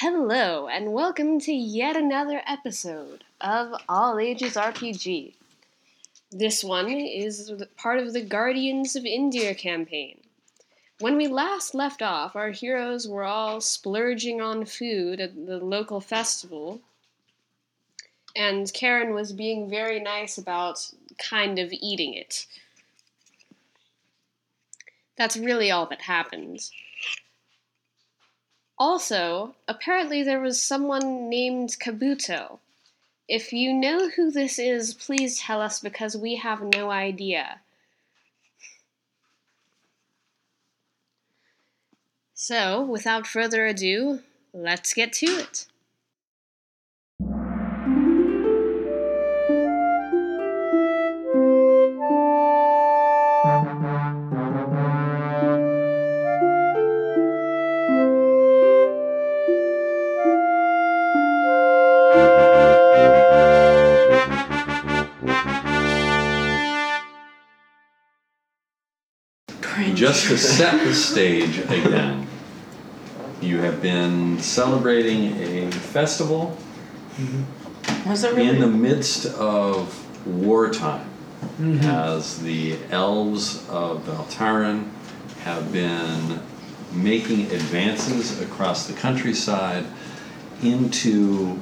Hello, and welcome to yet another episode of All Ages RPG. This one is the- part of the Guardians of India campaign. When we last left off, our heroes were all splurging on food at the local festival, and Karen was being very nice about kind of eating it. That's really all that happened. Also, apparently there was someone named Kabuto. If you know who this is, please tell us because we have no idea. So, without further ado, let's get to it. Cringe. Just to set the stage again, you have been celebrating a festival was it in really? the midst of wartime, Mm-hmm. as the elves of Valtaran have been making advances across the countryside into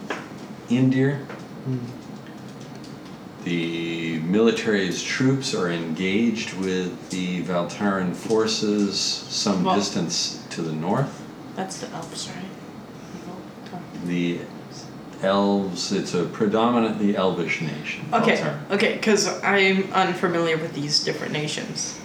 India. Mm-hmm. The military's troops are engaged with the Valtaran forces some Well- distance to the north. That's the elves, right? The elves, it's a predominantly elvish nation. Okay, Valtaran. okay, because I'm unfamiliar with these different nations.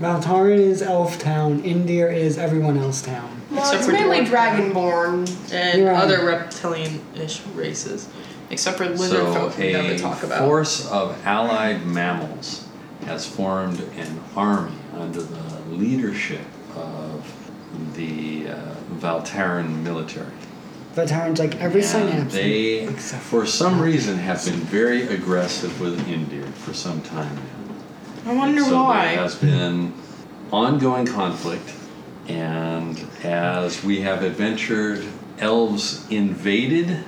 Maltaran is Elf Town. India is everyone else town. Well, Except it's for mainly dwarf. dragonborn. And Right. other reptilian-ish races, except for lizard So folk we never a talk about. force of allied mammals has formed an army under the leadership of the uh, Valtaran military. Valtaran's like every And synapse. they, except for some reason, have been very aggressive with India for some time now. I wonder And so why. There has been ongoing conflict, and as we have adventured, elves invaded,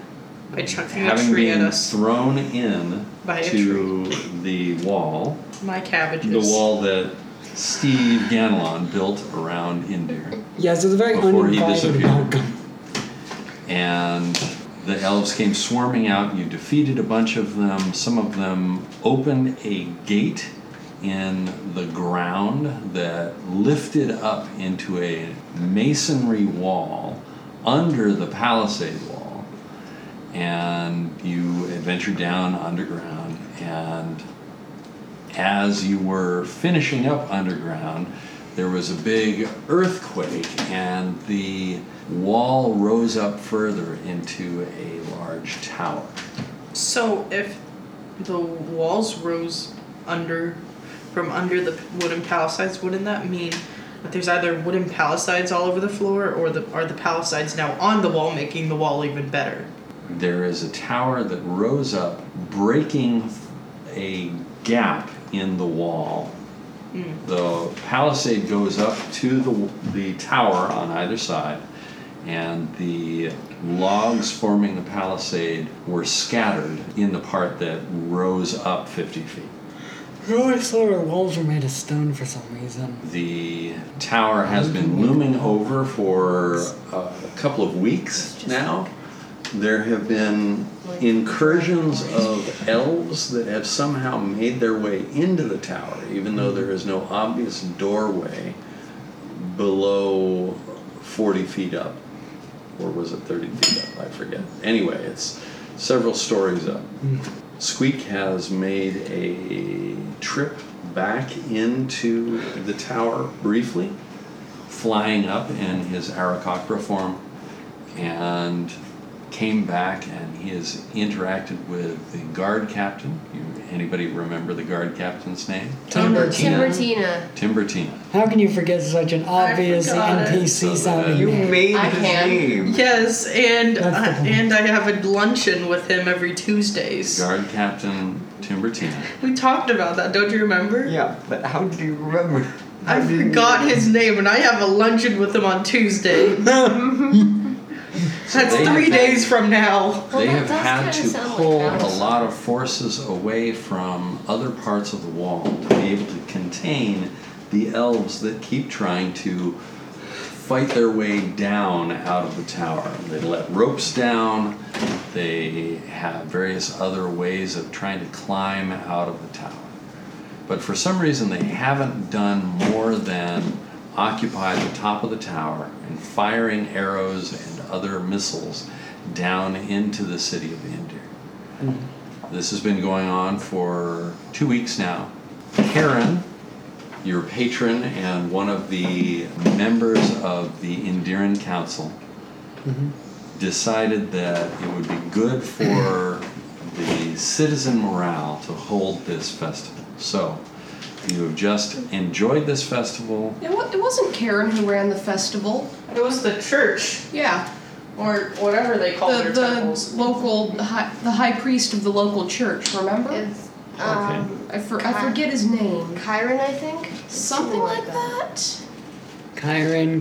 By chucking a having tree been at us. thrown in By a to the wall, My cabbages. the wall that Steve Ganelon built around Indir. Yes, it's a very Before he uninvited disappeared. welcome. and the elves came swarming out. You defeated a bunch of them. Some of them opened a gate in the ground that lifted up into a masonry wall under the palisade wall. And you adventured down underground. And as you were finishing up underground, there was a big earthquake, and the wall rose up further into a large tower. So if the walls rose under from under the wooden palisades, wouldn't that mean that there's either wooden palisades all over the floor, or the are the palisades now on the wall, making the wall even better? There is a tower that rose up, breaking a gap in the wall. The palisade goes up to the, the tower on either side, and the logs forming the palisade were scattered in the part that rose up 50 feet. We always thought our walls were made of stone for some reason. The tower has been looming over for a couple of weeks now. There have been incursions of elves that have somehow made their way into the tower, even though there is no obvious doorway below 40 feet up. Or was it 30 feet up? I forget. Anyway, it's several stories up. Squeak has made a trip back into the tower briefly, flying up in his Arakakra form, and came back and he has interacted with the guard captain. You, anybody remember the guard captain's name? Oh, Timbertina. Timbertina. Timbertina. How can you forget such an obvious forgot it. NPC sounding name? made I his can. name. Yes, and That's the I, point. and I have a luncheon with him every Tuesdays. Guard captain Timbertina. We talked about that, don't you remember? Yeah, but how do you remember? I forgot his name, and I have a luncheon with him on Tuesday. So That's they three have- days from now. Well, they that have does had kinda sound to like pull a Palestine. lot of forces away from other parts of the wall to be able to contain the elves that keep trying to fight their way down out of the tower. They let ropes down, they have various other ways of trying to climb out of the tower. But for some reason, they haven't done more than occupy the top of the tower and firing arrows and other missiles down into the city of Indir. This has been going on for two weeks now. Karen, your patron and one of the members of the Indiran Council, decided that it would be good for the citizen morale to hold this festival. So, you have just enjoyed this festival. It, wa- it wasn't Karen who ran the festival. It was the church, Yeah, or whatever they call the their temples. the local the high, the high priest of the local church. Remember? It's, Oh, um, I, for, I forget his name. Chiron, I think. Something like that. Kyron,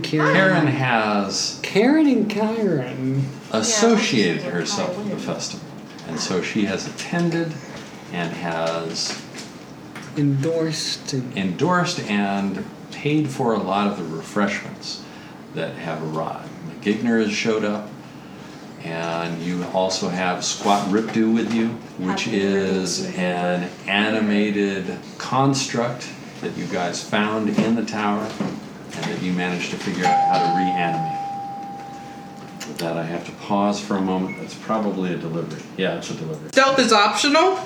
Karen Kieran. has Karen and Kyron. associated herself with the festival. And so she has attended and has Endorsed. And endorsed and paid for a lot of the refreshments that have arrived. McGigner has showed up, and you also have Squat Ripdo with you, which is an animated construct that you guys found in the tower and that you managed to figure out how to reanimate. With that, I have to pause for a moment. That's probably a delivery. Yeah, it's a delivery. Stealth is optional.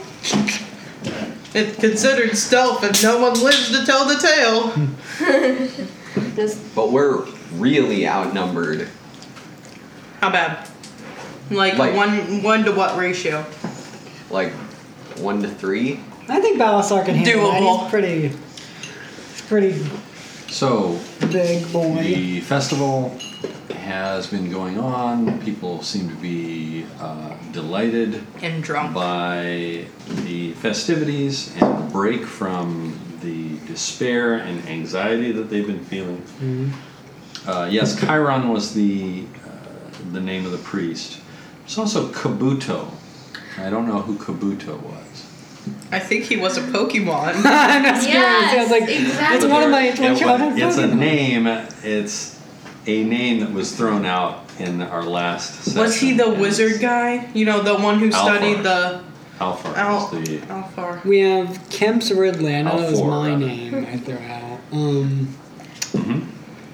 It's considered stealth if no one lives to tell the tale. This, But we're really outnumbered. How bad? Like, Like- one one to what ratio? Like one to three. I think Balasar can handle that. Doable. He's pretty. He's pretty So, big boy. The festival has been going on. People seem to be uh, delighted And drunk. by the festivities and the break from the despair and anxiety that they've been feeling. Uh, yes, Chiron was the uh, the name of the priest. There's also Kabuto. I don't know who Kabuto was. I think he was a Pokemon. That's Yes, scary. I was like, exactly. That's one of my It wa- childhood It's a Pokemon. name. It's a name that was thrown out in our last. Session. was he the and it's wizard guy? You know, the one who Alphar. studied the Alphar Al- was the Alphar. We have Kemp's Ridley. I know that was Alphora. my name I threw out. Um,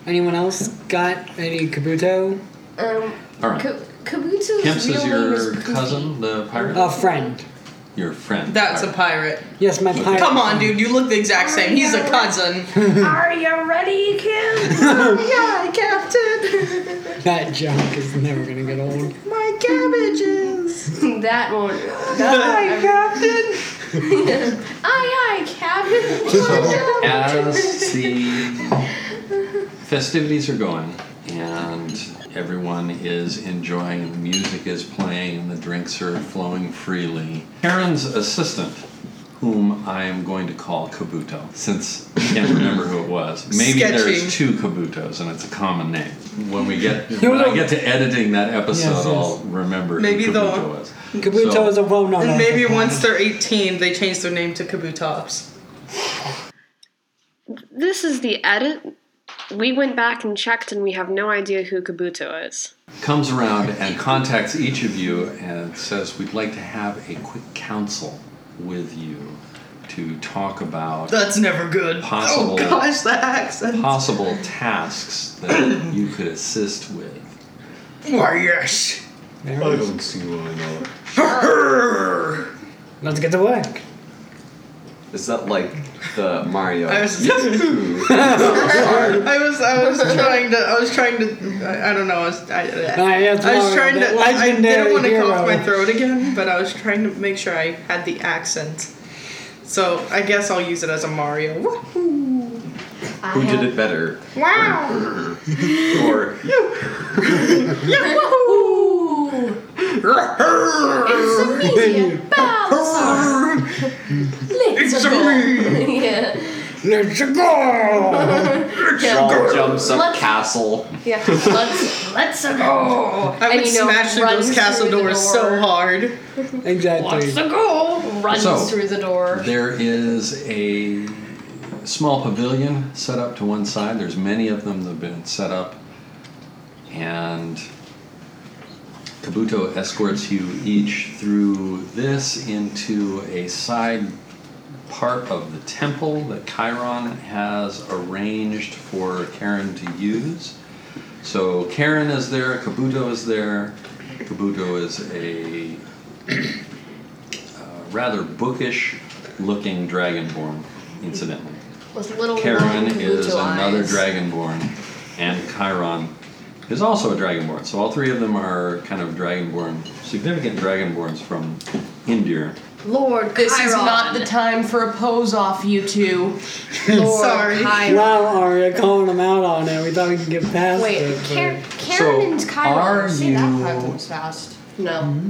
Anyone else got any Kabuto? um, All right. Ka- Kabuto's Kemps real is name your was Goofy. cousin, the pirate. A friend. Your friend. Uh, That's a pirate. pirate. Yes, my pirate. Come on, dude. You look the exact same. He's a cousin. Are you ready, Kim? yeah, Captain. That joke is never gonna get old. My cabbages. that one. Hi, Captain. aye, aye, Captain. So as the festivities are going and everyone is enjoying and the music is playing and the drinks are flowing freely. Karen's assistant, whom I am going to call Kabuto, since I can't remember who it was. Maybe Sketchy. there's two Kabutos and it's a common name. When we get You when know- I get to editing that episode Yes, yes. I'll remember Maybe who the- Kabuto was. Kabuto So- is a well-known. And maybe African. once they're 18, they change their name to Kabutops. This is the edit. We went back and checked, and we have no idea who Kabuto is. comes around and contacts each of you and says, We'd like to have a quick council with you to talk about That's never good. Possible. Oh gosh, that accent. possible tasks that you could assist with. Why, yes. There it is. see why not. Let's get to work. Is that like the Mario? I was, I was, I was trying to, I was trying to, I, I don't know, I was, I, Ah, yeah, it's I was Mario, trying that to, I didn't legendary want to cough hero. my throat again, but I was trying to make sure I had the accent. So I guess I'll use it as a Mario. Woohoo. Who did it better? Wow! Or Yeah, woohoo! It's a media. Balthazar. It's a me. yeah. Let's go! Wall jumps up Let's- castle. Yeah, let's let's go. Oh, I and, would you know, smash through runs those castle through the doors door. so hard. exactly. go. Runs So- through the door. There is a small pavilion set up to one side. There's many of them that have been set up. And Kabuto escorts you each through this into a side part of the temple that Chiron has arranged for Karen to use. So Karen is there, Kabuto is there. Kabuto is a rather bookish looking dragonborn, incidentally. With little long Karen blue is eyes. another dragonborn, and Chiron is also a dragonborn. So all three of them are kind of dragonborn, significant dragonborns from India. Lord, this is Chiron. not the time for a pose off, you two. Lord, Sorry. Chiron. Wow, Arya calling them out on it. We thought we could get past it. Wait, but- Karen, Karen So, and Kyron. are say that you- five times fast. No,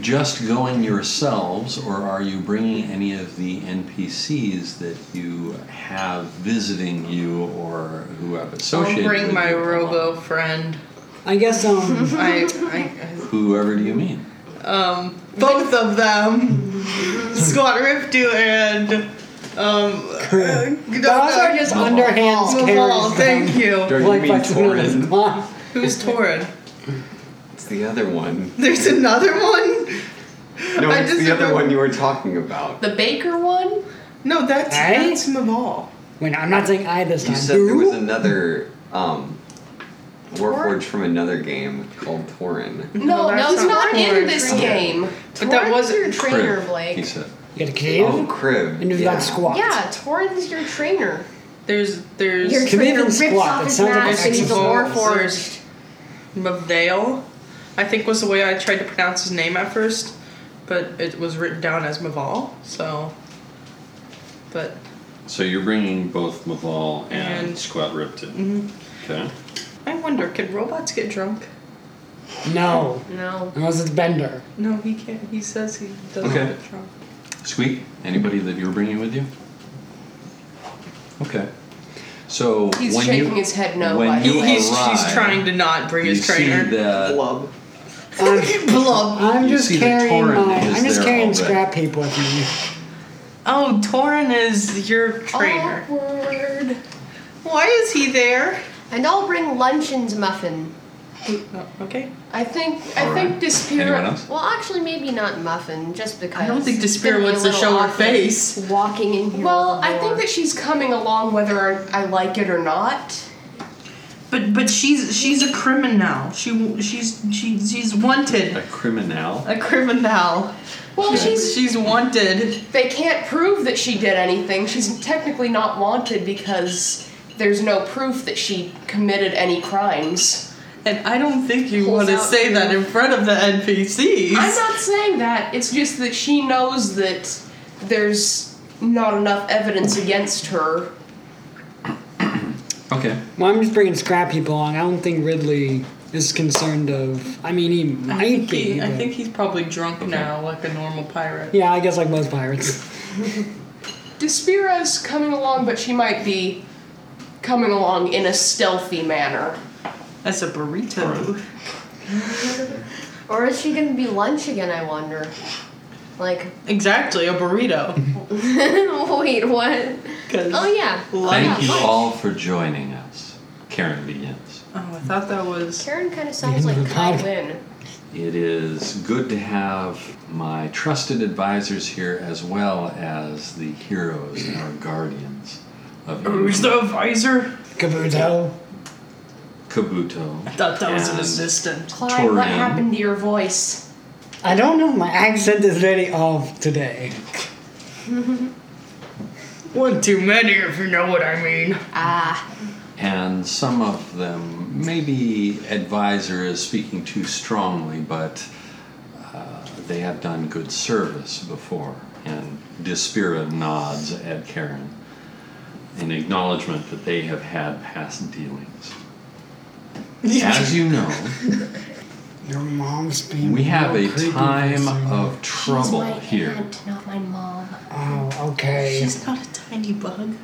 Just going yourselves, or are you bringing any of the NPCs that you have visiting you or who have Oh, associated I'll bring with my you along? robo friend. I guess um, I, Whoever do you mean? I, um, both of them, Scott Riftu and um, uh, those are just underhands. Maval, Karen's Thank you. Don't you Like mean by someone is Torin? gone. Who's Torrid? It's the other one. There's another one. No, I it's just the other remember- one you were talking about. the Baker one. No, that's Hey? that's Maval. Wait, I'm not saying I this time. You said there was Who? another um, Warforged from another game called Torin. No, no, that's it's not, in Torrid. this Torrid. game. But that Torrin's your wasn't. trainer, Crib, He Blake. said. You got a cave? Oh, Crib. and you've yeah. got squat. Yeah, Torin's your trainer. There's there's Your Can we trainer even rips squat? off That his sounds like mask and he's a exercise. warforged. Mavale. I think was the way I tried to pronounce his name at first, but it was written down as Maval. So, but So you're bringing both Maval and, And- Squat Ripton. Okay. I wonder, can robots get drunk? No, No. unless it's Bender. No, he can't. He says he doesn't Okay. get drunk. Squeak, anybody that you're bringing with you? Okay. So He's when shaking you his head no. when but- you- He, he's arrive, she's trying to not bring you his trainer. see that Club. I'm, Blub. I'm You just see the carrying torrent my. is I'm just there carrying already. scrap heap with me. Oh, Torin is your trainer. Awkward. Why is he there? And I'll bring luncheon's muffin. Oh, okay. I think I I All think think right. Despair. Despair- Anyone else? Well, actually, maybe not muffin, just because. I don't think it's Despair gonna be wants a to little show her awkward face. Walking in here. Well, with I a think board. that she's coming along whether I like it or not. But but she's she's a criminal. She she's she, she's a wanted. criminal. A criminal. Well, she's She's wanted. they can't prove that she did anything. She's technically not wanted because there's no proof that she committed any crimes. And I don't think you Pulls want to out say that in front of the NPCs. I'm not saying that. It's just that she knows that there's not enough evidence against her. Okay. Well, I'm just bringing scrap heap along. I don't think Ridley is concerned of. I mean, he I might think, be. he, I but- think he's probably drunk now, like a normal pirate. Yeah, I guess like most pirates. Despira's coming along, but she might be coming along in a stealthy manner. That's a burrito. Or is she gonna be lunch again? I wonder. Like, Exactly, a burrito. wait, what? 'Cause- Oh yeah. Thank yeah, you lunch. all for joining us. Karen begins. Oh, I thought that was. Karen kind of sounds like Kai Lynn. It is good to have my trusted advisors here as well as the heroes and our guardians of Who's India. the advisor? Kabuto. Kabuto. I thought that was an and assistant. Clyde, Torin. what happened to your voice? I don't know. My accent is very off today. One too many, if you know what I mean. Ah, and some of them maybe advisor is speaking too strongly, but uh, they have done good service before. And Despira nods at Karen in acknowledgement that they have had past dealings. As you know, Your mom's being. we have real a creepy time recently. of she's trouble my here. aunt, not my mom. Oh, okay. not a tiny bug.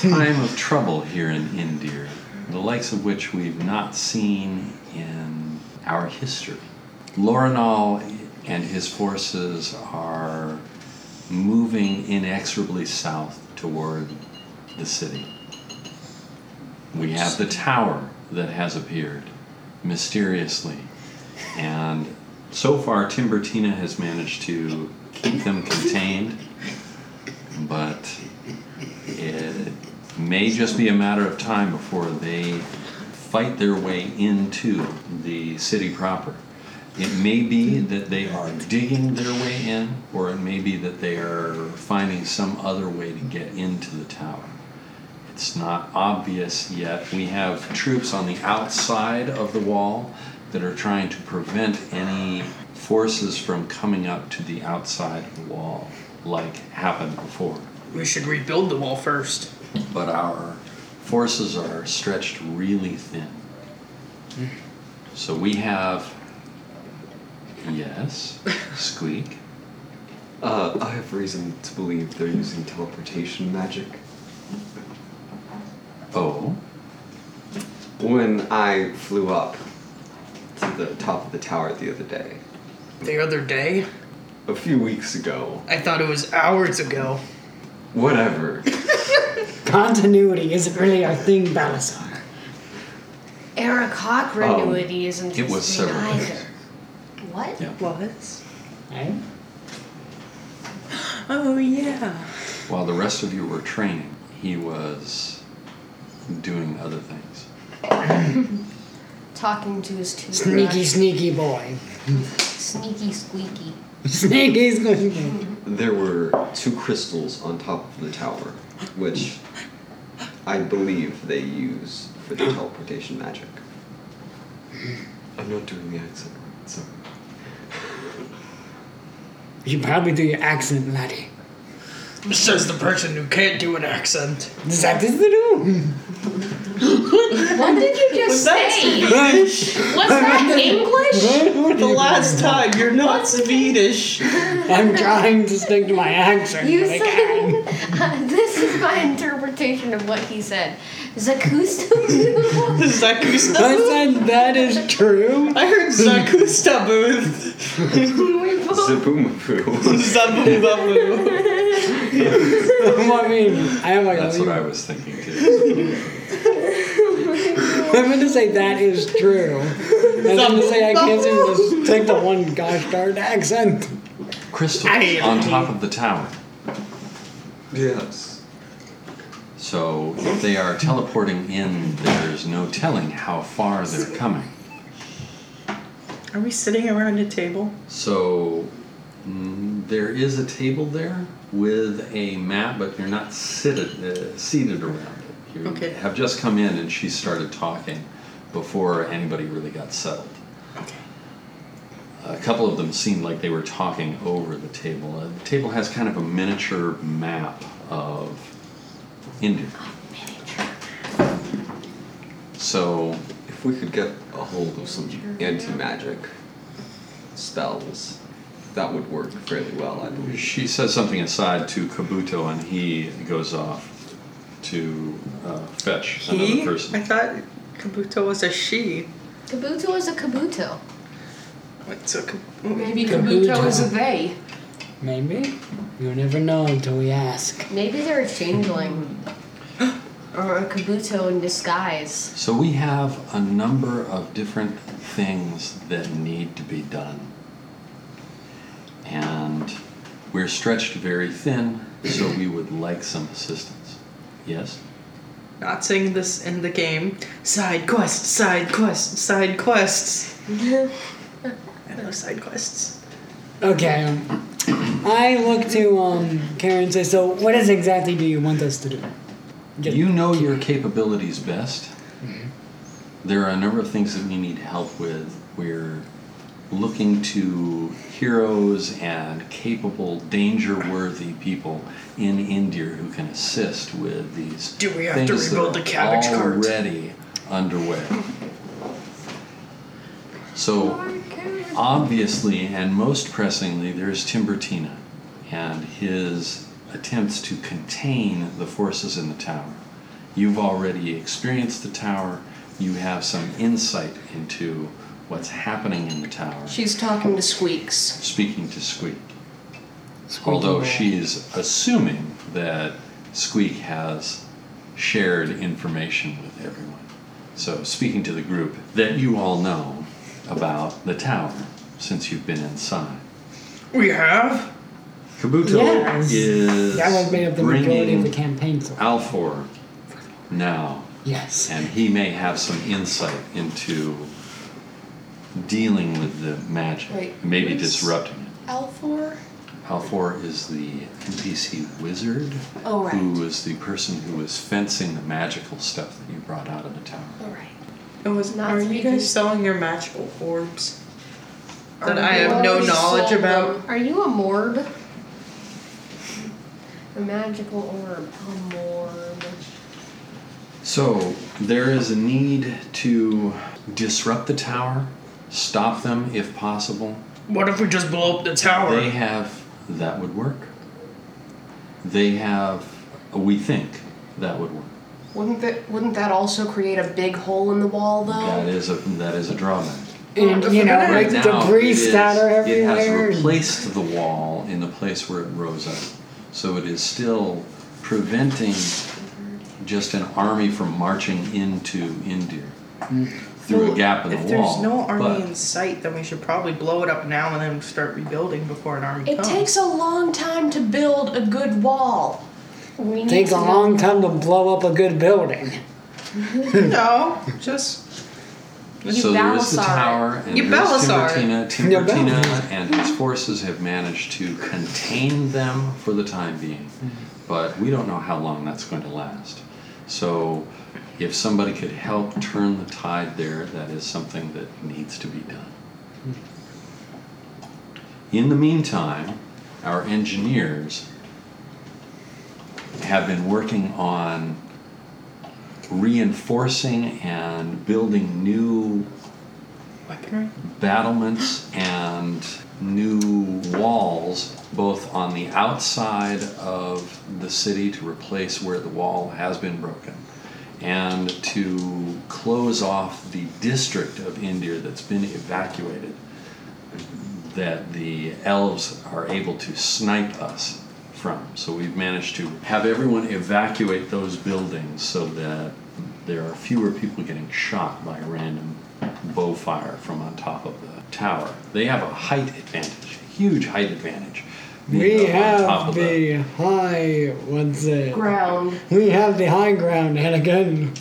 time of trouble here in India, the likes of which we've not seen in our history. Lorinal and his forces are moving inexorably south toward the city. We have the tower that has appeared mysteriously, and so far Timbertina has managed to keep them contained, but it may just be a matter of time before they fight their way into the city proper. It may be that they are digging their way in, or it may be that they are finding some other way to get into the tower. It's not obvious yet. We have troops on the outside of the wall that are trying to prevent any forces from coming up to the outside wall like happened before We should rebuild the wall first. but our forces are stretched really thin. So we have. Yes, squeak. Uh, I have reason to believe they're using teleportation magic. Oh, When I flew up to the top of the tower the other day, The other day, a few weeks ago, I thought it was hours ago. whatever. Continuity isn't really our thing, Balasar. Era continuity isn't it was his thing several either. days. What? Yeah. What? Right? Oh yeah. While the rest of you were training, he was doing other things. Talking to his two Sneaky, sneaky boy. sneaky, squeaky. Sneaky, sneaky boy. There were two crystals on top of the tower, which I believe they use for the teleportation magic. I'm not doing the accent right, sorry. You probably do your accent, laddie. Says the person who can't do an accent. That is the room. What did you just say? Was that English? The last time you're not Swedish. I'm trying to stick to Oh my accent. You but I can't. said this is my interpretation of what he said. Zakustu. I Zakusta. said that is true. I heard Zakusta booth. we both Zaboomafoo. Zabubabu. what I mean, I have like That's a what I was thinking too. I'm gonna say that is true. And I'm gonna say I can't seem to stick to one gosh darn accent. Crystal on top of the tower. yes. So if they are teleporting in, there's no telling how far they're coming. Are we sitting around a table? So mm, there is a table there with a mat, but you're not seated uh, seated around it. You Okay. have just come in, and she started talking before anybody really got settled. Okay. A couple of them seemed like they were talking over the table. Uh, the table has kind of a miniature map of India. Oh, So If we could get a hold of some anti magic spells, that would work fairly well, I believe. She says something aside to Kabuto, and he goes off to uh, fetch He? another person. I thought Kabuto was a she. Kabuto is a kabuto. Wait, so Kab- Maybe Kabuto is a they. Maybe. You'll never know until we ask. Maybe they're a changeling. or a kabuto in disguise. So we have a number of different things that need to be done. And we're stretched very thin, so we would like some assistance. Yes? not saying this in the game. Side quests, side quests, side quests. I love side quests. Okay. um, I look to um, Karen and say, so what is exactly do you want us to do? Get- You know your capabilities best. Mm-hmm. There are a number of things that we need help with. We're looking to heroes and capable, danger worthy people in India who can assist with these. Do we have to things that rebuild are the cabbage cart? Already underway. So obviously and most pressingly, there's Timbertina and his attempts to contain the forces in the tower. You've already experienced the tower, you have some insight into what's happening in the tower. She's talking to Squeaks. Speaking to Squeak. Although she's assuming that Squeak has shared information with everyone. So, speaking to the group that you all know about the tower since you've been inside. We have. Kabuto Yes. is That one made up the majority of the bringing campaign. So. Alfor now, Yes. and he may have some insight into dealing with the magic, Wait, maybe who's- disrupting it. Alfor? Alfor is the NPC wizard, Oh, right. who was the person who was fencing the magical stuff that you brought out of the tower. All right. Oh, is, Not are three you D. guys selling your magical orbs? That Are I we- have no we knowledge sold about. them? Are you a morb? A magical orb. A morb. So there is a need to disrupt the tower, stop them if possible, What if we just blow up the tower? They have that would work. They have we think that would work. Wouldn't that wouldn't that also create a big hole in the wall though? That is a that is a drawback. And you know, Right like now, it debris is- scatter It everywhere. has replaced the wall in the place where it rose up, so it is still preventing just an army from marching into India Mm. through Well, a gap in the if wall. there's no army but in sight, then we should probably blow it up now and then start rebuilding before an army It comes. takes a long time to build a good wall. We need Takes to a long time to blow up a good building. no, just so there is the Balasar it. tower, and You there's Balasar it. Timbertina. You Timbertina and his forces have managed to contain them for the time being, but we don't know how long that's going to last. So, if somebody could help turn the tide there, that is something that needs to be done. In the meantime, our engineers have been working on reinforcing and building new like battlements and new walls both on the outside of the city to replace where the wall has been broken and to close off the district of India that's been evacuated that the elves are able to snipe us from. So we've managed to have everyone evacuate those buildings so that there are fewer people getting shot by random bow fire from on top of the tower. They have a height advantage, huge height advantage. being We up uh, on top have of the- the high. What's it? Ground. We have the high ground, and again,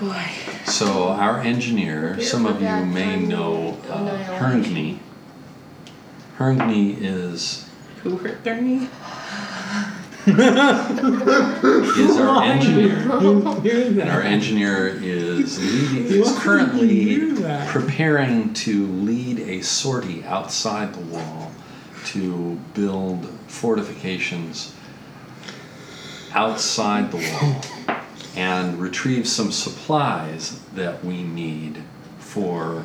Boy. So our engineer, some of you may know uh, Herngny. Herngny is who hurt their knee? is our engineer. do And that. our engineer is leading, is Why did you currently do that? preparing to lead a sortie outside the wall to build fortifications outside the wall and retrieve some supplies that we need for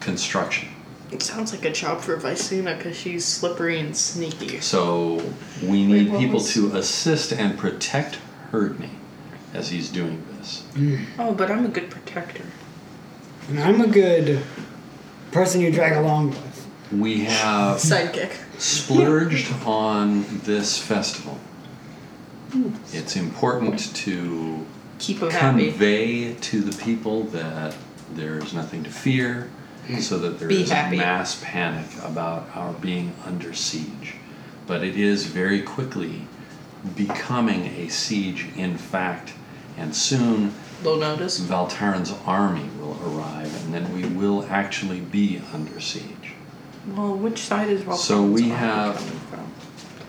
construction. It sounds like a job for Vicena because she's slippery and sneaky. So we need what people was- to assist and protect Herdney as he's doing this. Oh, but I'm a good protector. And I'm a good person you drag along with. We have Sidekick. splurged on this festival. It's important to Keep them happy. convey to the people that there is nothing to fear, so that there Be isn't happy. mass panic about our being under siege. But it is very quickly becoming a siege, in fact, and soon Low notice. Valtaran's army will arrive, and then we will actually be under siege. Well, which side is Valtaran's So we army have- coming from?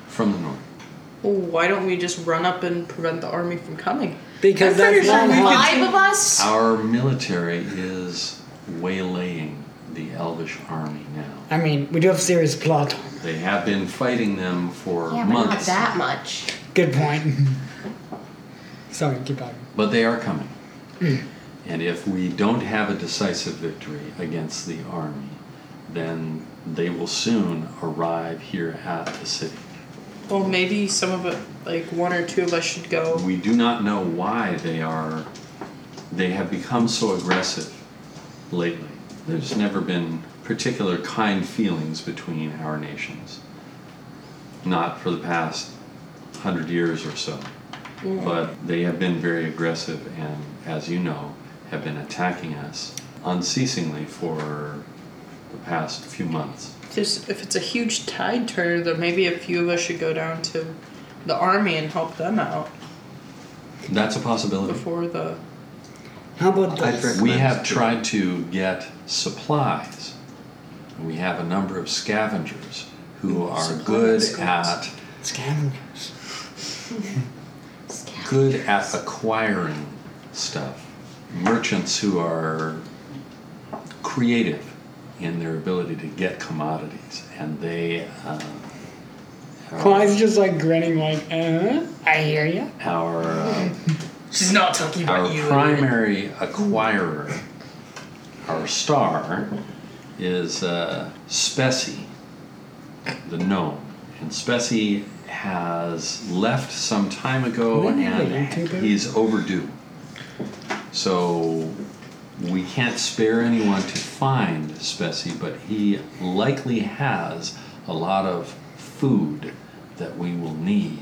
From the north. Well, why don't we just run up and prevent the army from coming? Because I'm that's pretty sure not we how. could- Five of us? Our military is waylaying the Elvish army now. I mean, we do have serious plot. They have been fighting them for Yeah, but not months, that much. Good point. Sorry, keep going. but they are coming. and if we don't have a decisive victory against the army, then they will soon arrive here at the city. Well, maybe some of it, like one or two of us, should go. We do not know why they are. They have become so aggressive lately. There's never been particular kind feelings between our nations. Not for the past hundred years or so. But they have been very aggressive and, as you know, have been attacking us unceasingly for the past few months. Just if it's a huge tide turner, then maybe a few of us should go down to the army and help them out That's a possibility. before the. How about I'd this? recommend- We have tried to get supplies. We have a number of scavengers who are good at Scavengers. good at acquiring stuff. Merchants who are creative in their ability to get commodities, and they uh, Clyde's just like grinning, like, uh, I hear you. our uh, She's not talking our primary acquirer, our star, is uh, Spessy, the gnome. And Spessy has left some time ago Isn't that a and YouTuber? he's overdue. So we can't spare anyone to find Spessy, but he likely has a lot of food that we will need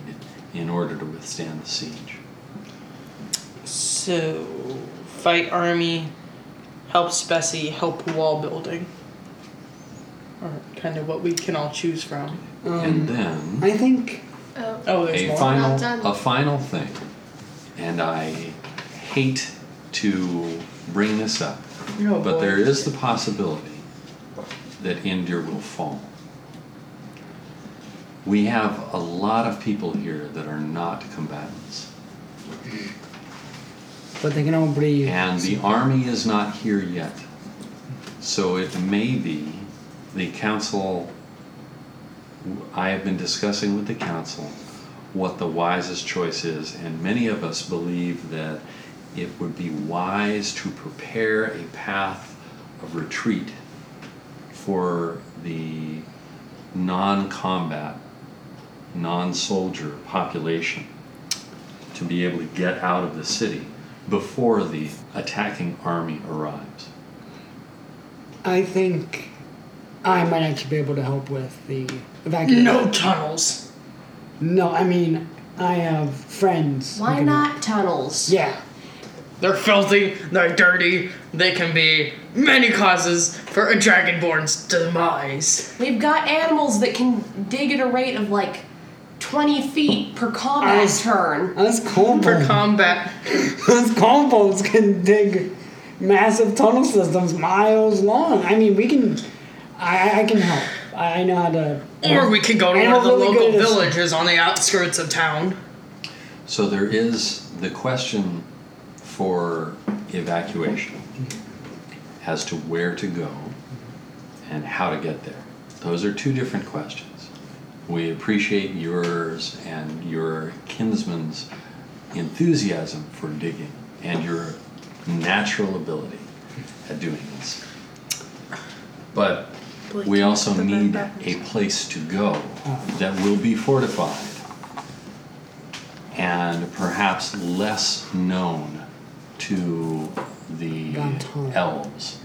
in order to withstand the siege. So, fight army, help Spessy, help wall building. Or kind of what we can all choose from. Um, and then. I think Oh. Oh, there's a more. Not done. final a final thing and i hate to bring this up No, but boy. there is the possibility that india will fall we have a lot of people here that are not combatants But they can all breathe. and the army is not here yet so it may be the council i have been discussing with the council what the wisest choice is and many of us believe that it would be wise to prepare a path of retreat for the non-combat non-soldier population to be able to get out of the city before the attacking army arrives. I think I might actually be able to help with the evacuation. tunnels. No, I mean, I have friends. who Why can- not tunnels? Yeah. They're filthy, they're dirty, they can be many causes for a dragonborn's demise. We've got animals that can dig at a rate of like 20 feet per combat Ice. turn. Us For kobolds, combat, us kobolds can dig massive tunnel systems miles long. I mean, we can. I, I can help. I, I know how to. or we can go to one Animals of the really local good at- villages on the outskirts of town. So there is the question for evacuation as to where to go and how to get there. Those are two different questions. We appreciate yours and your kinsman's enthusiasm for digging and your natural ability at doing this. But we also need a place to go that will be fortified and perhaps less known to the Gantan. elves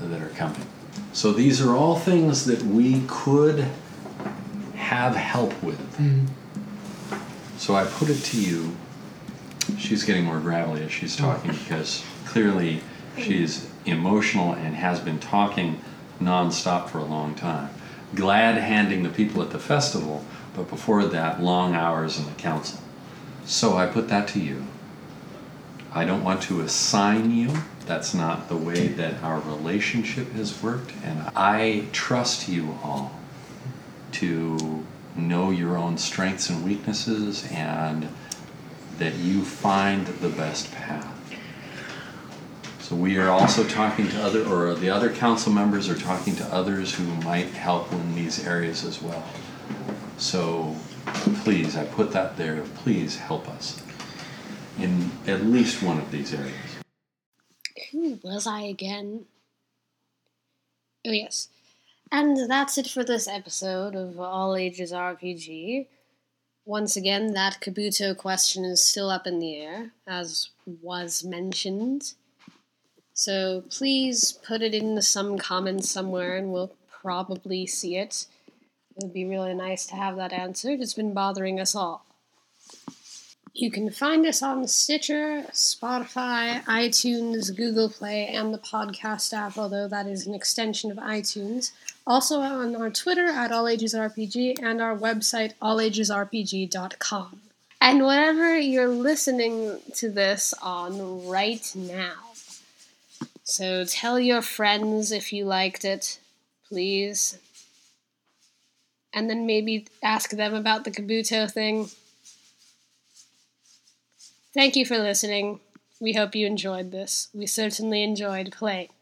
that are coming. So these are all things that we could have help with. So I put it to you. She's getting more gravelly as she's talking because clearly she's emotional and has been talking nonstop for a long time. Glad handing the people at the festival, but before that, long hours in the council. So I put that to you. I don't want to assign you. That's not the way that our relationship has worked, and I trust you all to know your own strengths and weaknesses and that you find the best path. So we are also talking to other, or the other council members are talking to others who might help in these areas as well. So please, I put that there, please help us in at least one of these areas. Who was I again? Oh, yes. And that's it for this episode of All Ages RPG. once again, that Kabuto question is still up in the air, as was mentioned. So please put it into some comments somewhere and we'll probably see it. It would be really nice to have that answered. It's been bothering us all. You can find us on Stitcher, Spotify, iTunes, Google Play, and the podcast app, although that is an extension of iTunes. Also on our Twitter at All Ages RPG and our website allagesrpg.com. And whatever you're listening to this on right now. So tell your friends if you liked it, please. And then maybe ask them about the Kabuto thing. Thank you for listening. We hope you enjoyed this. We certainly enjoyed playing.